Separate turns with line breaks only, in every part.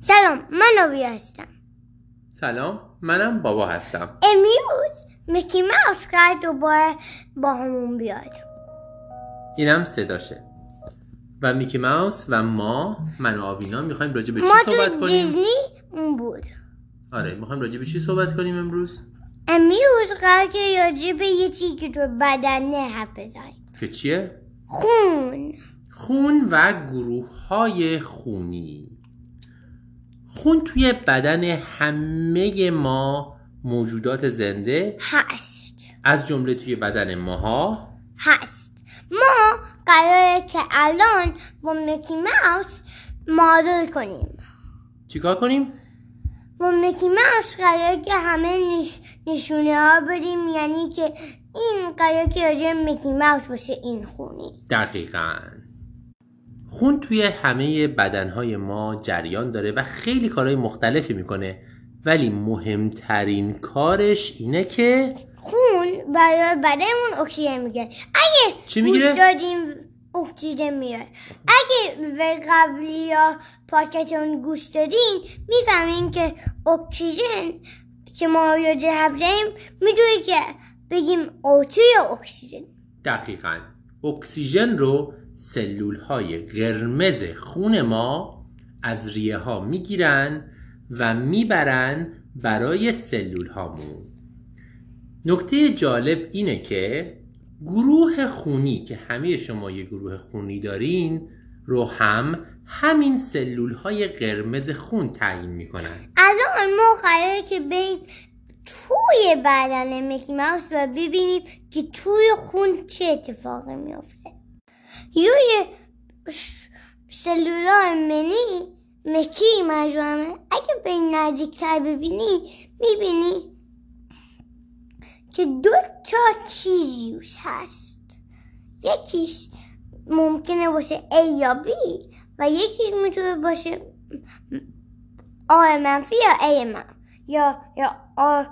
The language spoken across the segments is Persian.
سلام من آبی هستم
سلام منم بابا هستم
امروز میکی ماوس قرار دوباره با همون بیاد
اینم صداشه و میکی ماوس و ما من و آوینا میخوایم راجع به چی
ما
صحبت
تو
کنیم
دیزنی اون بود
آره میخوایم راجع به چی صحبت کنیم امروز
امروز قرار که راجع به یه چیزی که تو بدنه حرف بزنیم
که چیه
خون
خون و گروه های خونی خون توی بدن همه ما موجودات زنده
هست
از جمله توی بدن ماها
هست ما قراره که الان با میکی ماوس معادل کنیم
چیکار کنیم
با میکی ماوس قراره که همه نش... نشونه ها بریم یعنی که این قراره که راجع به میکی ماوس باشه این خونی
دقیقا خون توی همه بدنهای ما جریان داره و خیلی کارهای مختلفی میکنه ولی مهمترین کارش اینه که
خون برای بدنمون اکسیژن میگیره اگه
چی میگیره؟
گوش دادیم اکسیژن میگیره اگه به قبلی یا پادکستمون گوش دادین میفهمین که اکسیژن که ما راجع حرف زدیم میدونی که بگیم اوتو یا اکسیژن
دقیقا اکسیژن رو سلول های قرمز خون ما از ریه ها میگیرن و میبرن برای سلول هامون نکته جالب اینه که گروه خونی که همه شما یه گروه خونی دارین رو هم همین سلول های قرمز خون تعیین میکنن
الان ما قراره که بریم توی بدن میکی ماوس و ببینیم که توی خون چه اتفاقی میفته روی س- سلولای منی مکی مجرمه اگه به این نزدیکتر ببینی میبینی که دو تا چیزی روش هست یکیش ممکنه باشه A یا B و یکیش میتونه باشه آر منفی یا ای من یا یا آر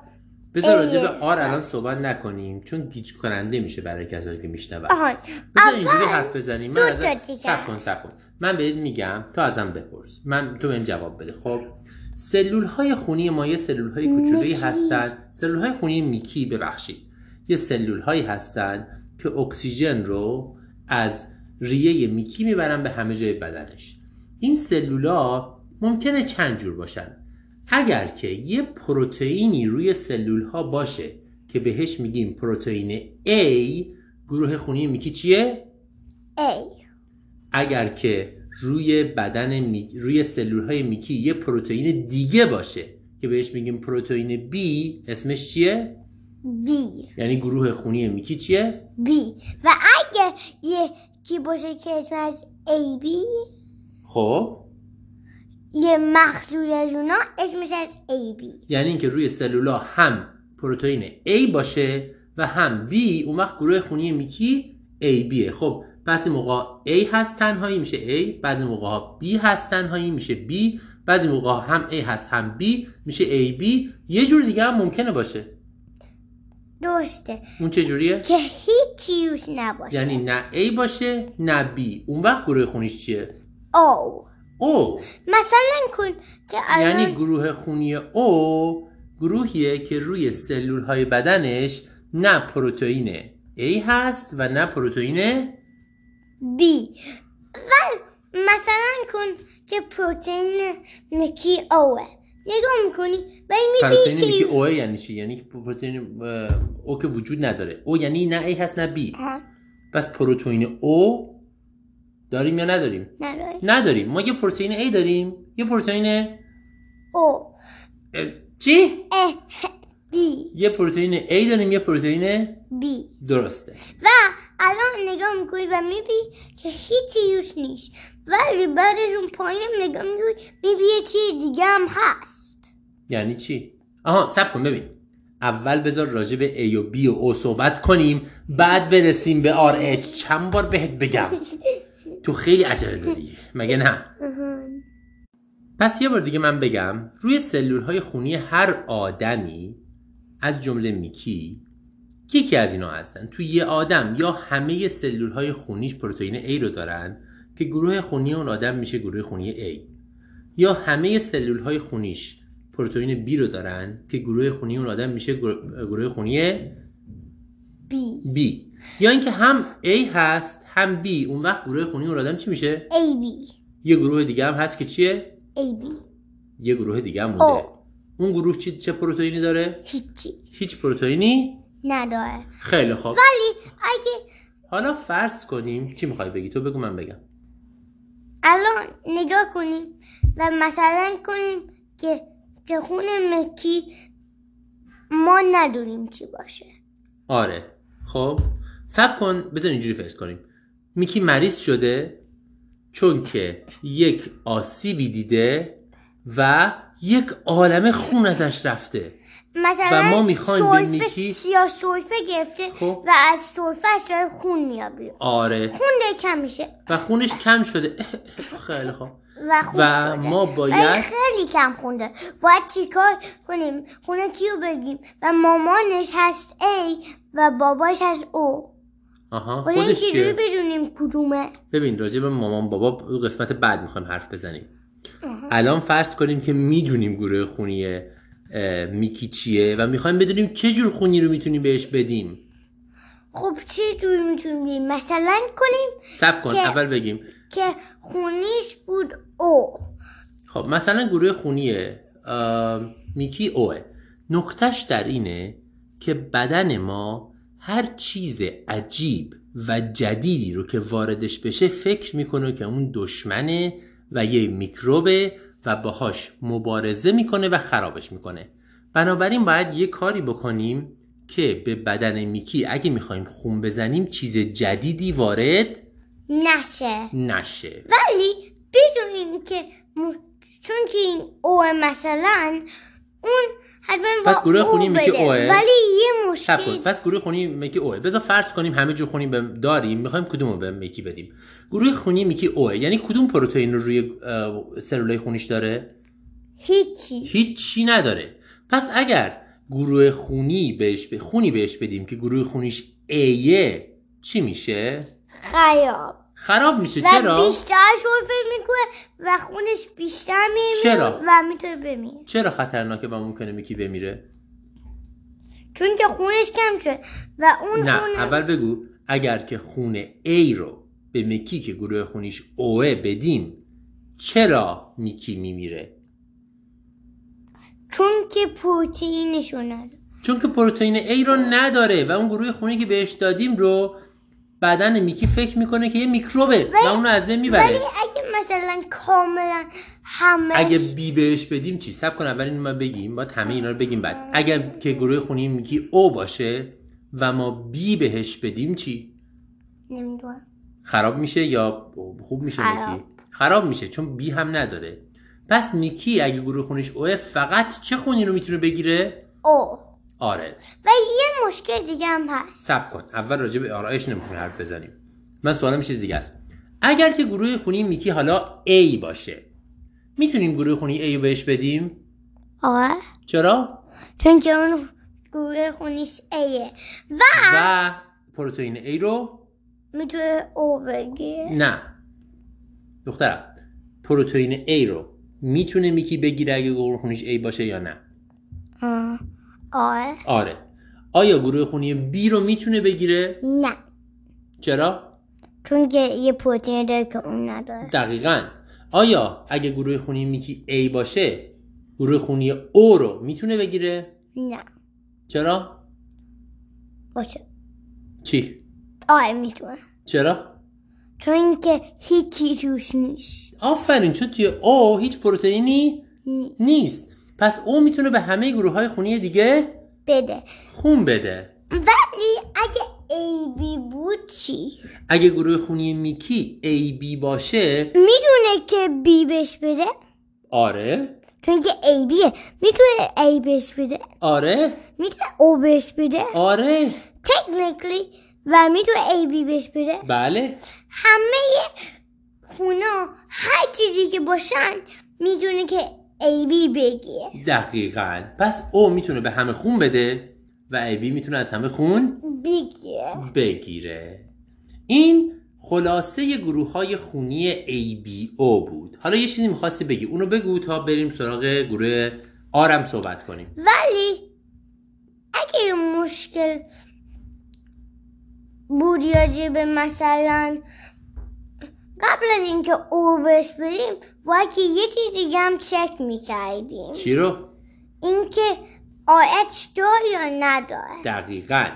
بذار
ایه.
راجع به آر الان صحبت نکنیم چون گیج کننده میشه برای کسانی که میشنون
آهان
بذار اینجوری
اول
حرف بزنیم من
دو تا
ازت
دیگه
سب کن سب کن من بهت میگم تو ازم بپرس من تو بهم جواب بده خب سلول های خونی ما یه سلول های کوچولویی
میکی.
هستن سلول های خونی میکی ببخشید یه سلول هایی هستن که اکسیژن رو از ریه میکی میبرن به همه جای بدنش این سلولا ممکنه چند جور باشن اگر که یه پروتئینی روی سلول ها باشه که بهش میگیم پروتئین A گروه خونی میکی چیه؟
ای
اگر که روی بدن می... روی سلول های میکی یه پروتئین دیگه باشه که بهش میگیم پروتئین B اسمش چیه؟
بی
یعنی گروه خونی میکی چیه؟
بی و اگه یکی باشه که اسمش ای بی
خب
یه مخلوط از اونا اسمش از ای بی
یعنی اینکه روی سلولا هم پروتئین A باشه و هم B اون وقت گروه خونی میکی AB خب بعضی موقع A هست تنهایی میشه A بعضی موقع ها B هست تنهایی میشه B بعضی موقع ها هم A هست هم B میشه AB یه جور دیگه هم ممکنه باشه
درسته
اون چه جوریه؟
که هیچی روش نباشه
یعنی نه A باشه نه B اون وقت گروه خونیش چیه؟
او
O
مثلا کن که الان
یعنی گروه خونی O گروهیه که روی سلول های بدنش نه پروتئین A هست و نه پروتئین
بی و مثلا کن که پروتئین مکی اوه نگاه میکنی و این
پروتئین
میبینی
میگه
که
O یعنی چی؟ یعنی که پروتئین O که وجود نداره O یعنی نه A هست نه B
آها،
پس پروتئین O داریم یا نداریم؟
نرای.
نداریم ما یه پروتئین A داریم یه پروتئین
او
اه، چی؟
اه بی
یه پروتئین A داریم یه پروتئین
بی
درسته
و الان نگاه میکنی و میبینی که هیچی روش نیست ولی بعدش اون پایین نگاه میکنی میبینی یه چیز دیگه هم هست
یعنی چی آها سب کن ببین اول بذار راجع به A و B و O صحبت کنیم بعد برسیم به RH چند بار بهت بگم تو خیلی عجله داری مگه نه پس یه بار دیگه من بگم روی سلول های خونی هر آدمی از جمله میکی یکی از اینا هستن تو یه آدم یا همه سلول های خونیش پروتئین A رو دارن که گروه خونی اون آدم میشه گروه خونی A یا همه سلول های خونیش پروتئین B رو دارن که گروه خونی اون آدم میشه گرو- گروه خونی
بی
B یا اینکه هم A هست هم B اون وقت گروه خونی اون آدم چی میشه
ای بی
یه گروه دیگه هم هست که چیه
ای بی
یه گروه دیگه هم مونده
او
اون گروه چی چه پروتئینی داره
هیچی
هیچ پروتئینی
نداره
خیلی خوب
ولی اگه
حالا فرض کنیم چی میخوای بگی تو بگو من بگم
الان نگاه کنیم و مثلا کنیم که که خون مکی ما ندونیم چی باشه
آره خب سب کن بذار اینجوری فرض کنیم میکی مریض شده چون که یک آسیبی دیده و یک عالمه خون ازش رفته
مثلا
و ما می‌خوایم به
سرفه-
میکی-
یا سرفه گرفته
خب.
و از سرفهش داره خون میاد بیرون
آره
خون داره کم میشه
و خونش کم شده خیلی خب
و خون
و
شده.
ما
ولی
باید
خیلی کم خونده باید چیکار کنیم خونه کیو بگیم و مامانش هست ای و باباش هست او
آها
باید
خودش
چجوری
چیه
بدونیم کدومه
ببین راجع به مامان بابا قسمت بعد میخوایم حرف بزنیم الان فرض کنیم که میدونیم گروه خونی اه، میکی چیه و میخوایم بدونیم چه جور خونی رو میتونیم بهش بدیم
خب چه جوری میتونیم بگیم؟ مثلا کنیم
سب کن
که-
اول بگیم
که خونیش بود او
خب مثلا گروه خونی ام، میکی اوه نکتش در اینه که بدن ما هر چیز عجیب و جدیدی رو که واردش بشه فکر میکنه که اون دشمنه و یه میکروبه و باهاش مبارزه میکنه و خرابش میکنه بنابراین باید یه کاری بکنیم که به بدن میکی اگه میخوایم خون بزنیم چیز جدیدی وارد
نشه
نشه
ولی بدونیم که م- چون که این او مثلا اون حتما با
پس گروه
او
خونی میگه
بده.
اوه؟
ولی یه
شب کن
مشکل
پس گروه خونی میکی اوه بذار فرض کنیم همه جور خونی به داریم میخوایم کدوم رو به میکی بدیم گروه خونی میکی اوه یعنی کدوم پروتئین رو روی اه، سلولای خونیش داره
هیچی
هیچی نداره پس اگر گروه خونی بهش ب... خونی بهش بدیم که گروه خونیش ایه چی میشه
خیاب
خراب میشه
و
چرا
بیشتر شرفه میکنه و خونش بیشتر
چرا؟
میمیره و میتونه بمیره
چرا خطرناکه و ممکنه میکی بمیره
چون که خونش کم شد و اون
نه
خون
اول بگو اگر که خون A رو به مکی که گروه خونیش اوه بدیم چرا میکی میمیره
چون که پروتئینشون نداره
چون که پروتئین A رو نداره و اون گروه خونی که بهش دادیم رو بدن میکی فکر میکنه که یه میکروبه و اون رو از بین میبره
ولی اگه مثلا کاملا همه
اگه بی بهش بدیم چی سب کن اول اینو ما بگیم باید همه اینا رو بگیم بعد اگر که گروه خونی میکی O باشه و ما بی بهش بدیم چی
نمیدونم
خراب میشه یا خوب میشه
خراب.
میکی خراب میشه چون بی هم نداره پس میکی اگه گروه خونیش اوه فقط چه خونی رو میتونه بگیره
او
آره
و یه مشکل دیگه هم هست
سب کن اول راجع به آرایش نمیتونه حرف بزنیم من سوالم چیز دیگه است اگر که گروه خونی میکی حالا A باشه میتونیم گروه خونی A رو بهش بدیم
آره
چرا
چون که اون گروه خونیش ایه و
و پروتئین A رو
میتونه او بگیره
نه دخترم پروتئین A رو میتونه میکی بگیره اگه گروه خونیش A باشه یا نه
آه. آره
آره آیا گروه خونی B رو میتونه بگیره؟
نه
چرا؟
چون که یه پروتئین داره که اون نداره
دقیقا آیا اگه گروه خونی میکی A باشه گروه خونی O رو میتونه بگیره؟
نه
چرا؟
باشه
چی؟
آره میتونه
چرا؟
چون که هیچی توش نیست
آفرین چون توی O هیچ پروتئینی
نیست.
نیست پس O میتونه به همه گروه های خونی دیگه
بده
خون بده
ولی اگه ای بی بود چی
اگه گروه خونی میکی AB باشه
میدونه که بی بش بده
آره
چون که ای بیه میتونه ای بش بده
آره
میتونه او بش بده
آره
تکنیکلی و میتونه ای بی بش بده
بله
همه خونا هر چیزی که باشن میدونه که ای بی بگیه
دقیقا پس او میتونه به همه خون بده و ای بی میتونه از همه خون
بگیه
بگیره این خلاصه گروه های خونی ABO بود حالا یه چیزی میخواستی بگی اونو بگو تا بریم سراغ گروه آرم صحبت کنیم
ولی اگه یه مشکل بود یا به مثلا قبل از اینکه او بش بریم باید که یه چیز دیگه هم چک میکردیم
چی رو؟
اینکه آیت دار یا نداره
دقیقا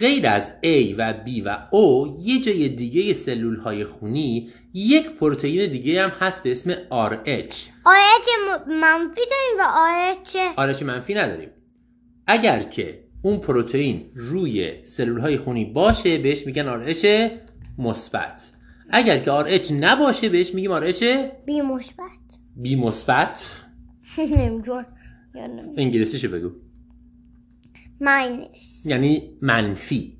غیر از A و B و O یه جای دیگه سلول های خونی یک پروتئین دیگه هم هست به اسم RH
آیت م- منفی داریم و آیت
آرش آره منفی نداریم اگر که اون پروتئین روی سلول های خونی باشه بهش میگن آرش مثبت اگر که آرش نباشه بهش میگیم آرش
بی مثبت
بی مثبت
نمیدون یا نمیدون
انگلیسیشو بگو
ماینس
یعنی منفی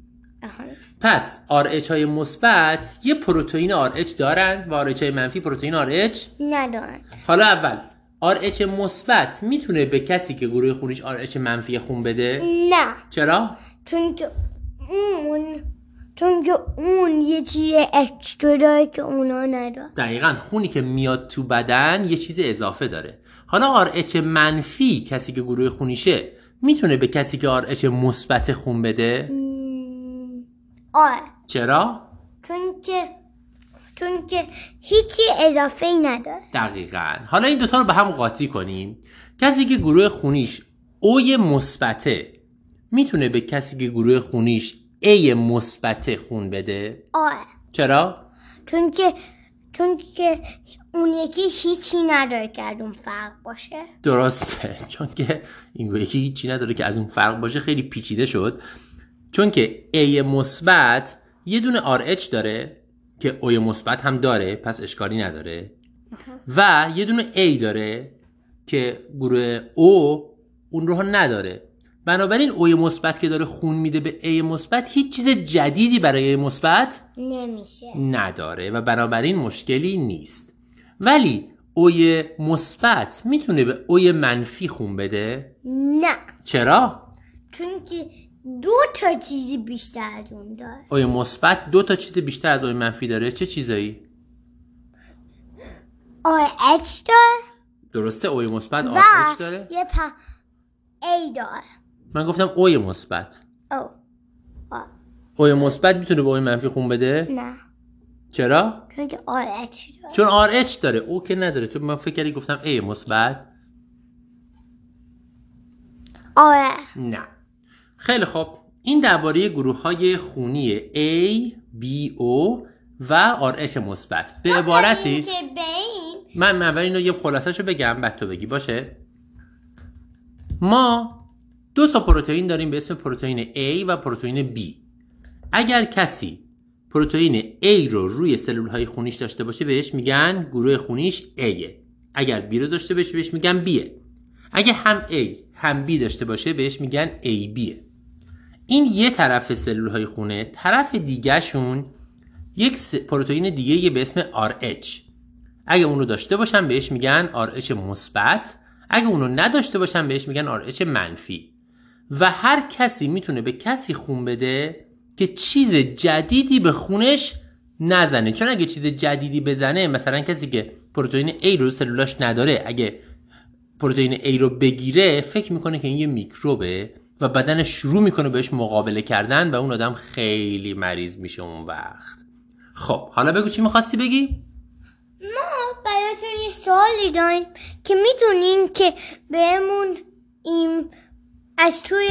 پس آرش های مثبت یه پروتئین آرش دارن و آرش های منفی پروتئین آرش
ندارن
حالا اول آرش مثبت میتونه به کسی که گروه خونیش آرش منفی خون بده
نه
چرا
چون که اون چون که اون یه چیز اکسترا داره که اونا نداره
دقیقا خونی که میاد تو بدن یه چیز اضافه داره حالا آرش منفی کسی که گروه خونیشه میتونه به کسی که آرش مثبت خون بده
آره
چرا
چون که چون که هیچی اضافه ای نداره
دقیقا حالا این دوتا رو به هم قاطی کنیم کسی که گروه خونیش اوی مثبته میتونه به کسی که گروه خونیش ای مثبت خون بده
آره
چرا
چون که چون که اون یکی هیچی نداره که از اون فرق باشه
درسته چون که این یکی هیچی نداره که از اون فرق باشه خیلی پیچیده شد چون که A مثبت یه دونه RH داره که O مثبت هم داره پس اشکالی نداره و یه دونه A داره که گروه O اون رو ها نداره بنابراین O مثبت که داره خون میده به A مثبت هیچ چیز جدیدی برای A مثبت
نمیشه
نداره و بنابراین مشکلی نیست ولی اوی مثبت میتونه به اوی منفی خون بده
نه
چرا
چون که دو تا چیزی بیشتر از اون داره
اوی مثبت دو تا چیز بیشتر از اوی منفی داره چه چیزایی
آره اچ داره
درسته اوی مثبت
و
آرش داره
یه پا ای داره
من گفتم اوی مثبت
او آه.
اوی مثبت میتونه به اوی منفی خون بده
نه
چرا
چون که آره چی داره
چون آر اچ داره او که نداره تو من فکر کردی گفتم ای مثبت
آره
نه خیلی خب این درباره گروه های خونی A, B, O و RH مثبت به عبارتی
که بریم
من من اول اینو یه خلاصش رو بگم بعد تو بگی باشه ما دو تا پروتئین داریم به اسم پروتئین A و پروتئین B اگر کسی پروتئین A رو روی سلول های خونیش داشته باشه بهش میگن گروه خونیش A اگر B رو داشته باشه بهش میگن B اگه هم A هم B داشته باشه بهش میگن AB این یه طرف سلول های خونه طرف دیگهشون یک س- پروتئین دیگه به اسم RH اگه اونو داشته باشن بهش میگن آرش مثبت اگه اونو نداشته باشن بهش میگن آرش منفی و هر کسی میتونه به کسی خون بده که چیز جدیدی به خونش نزنه چون اگه چیز جدیدی بزنه مثلا کسی که پروتئین A رو سلولاش نداره اگه پروتئین A رو بگیره فکر میکنه که این یه میکروبه و بدنش شروع میکنه بهش مقابله کردن و اون آدم خیلی مریض میشه اون وقت خب حالا بگو چی میخواستی بگی؟
ما براتون یه سوالی داریم که میتونین که بهمون این از توی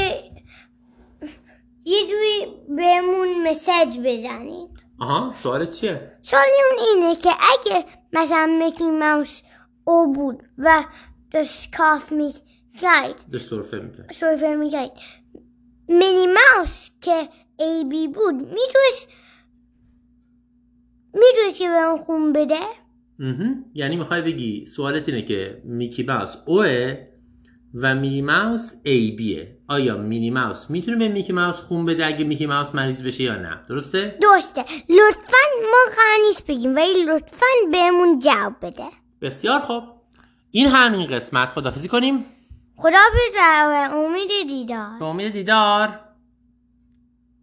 یه جوری بهمون مسج بزنین
آها سوالت چیه؟
سوالیمون اینه که اگه مثلا مکی موس او بود و داشت کاف میکرد
داشت سرفه میکرد
سرفه میکرد مینی ماوس که ای بی بود میتونست میتونست که به اون خون بده
یعنی میخوای بگی سوالت اینه که میکی ماوس اوه و مینی ماوس ای بیه آیا مینی ماوس میتونه به میکی ماوس خون بده اگه میکی ماوس مریض بشه یا نه درسته
درسته لطفا ما قرار نیست بگیم ولی لطفا بهمون جواب بده
بسیار خوب این همین قسمت خدافزی کنیم
خدا بزرگ امید دیدار
به امید دیدار